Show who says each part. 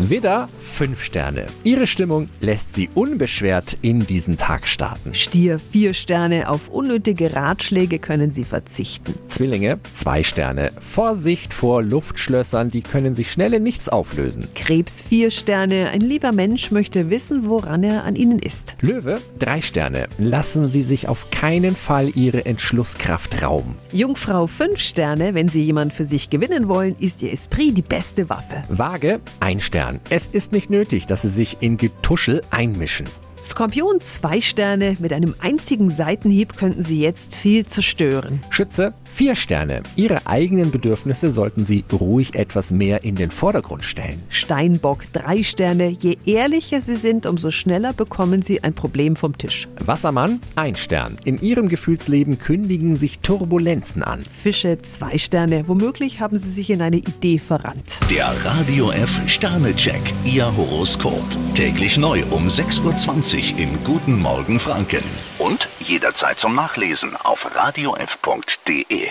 Speaker 1: Widder, 5 Sterne. Ihre Stimmung lässt Sie unbeschwert in diesen Tag starten.
Speaker 2: Stier, vier Sterne, auf unnötige Ratschläge können Sie verzichten.
Speaker 1: Zwillinge, 2 Sterne. Vorsicht vor Luftschlössern, die können sich schnell in nichts auflösen.
Speaker 2: Krebs, vier Sterne, ein lieber Mensch möchte wissen, woran er an Ihnen ist.
Speaker 1: Löwe, 3 Sterne. Lassen Sie sich auf keinen Fall Ihre Entschlusskraft rauben.
Speaker 2: Jungfrau, fünf Sterne, wenn Sie jemand für sich gewinnen wollen, ist Ihr Esprit die beste Waffe.
Speaker 1: Waage, 1 Stern. Es ist nicht nötig, dass Sie sich in Getuschel einmischen.
Speaker 2: Skorpion, zwei Sterne, mit einem einzigen Seitenhieb könnten Sie jetzt viel zerstören.
Speaker 1: Schütze, 4 Sterne. Ihre eigenen Bedürfnisse sollten Sie ruhig etwas mehr in den Vordergrund stellen.
Speaker 2: Steinbock, drei Sterne, je ehrlicher Sie sind, umso schneller bekommen Sie ein Problem vom Tisch.
Speaker 1: Wassermann, ein Stern. In Ihrem Gefühlsleben kündigen sich Turbulenzen an.
Speaker 2: Fische, zwei Sterne, womöglich haben Sie sich in eine Idee verrannt.
Speaker 3: Der Radio F Sternecheck, Ihr Horoskop. Täglich neu um 6.20 Uhr im Guten Morgen Franken. Und jederzeit zum Nachlesen auf radiof.de.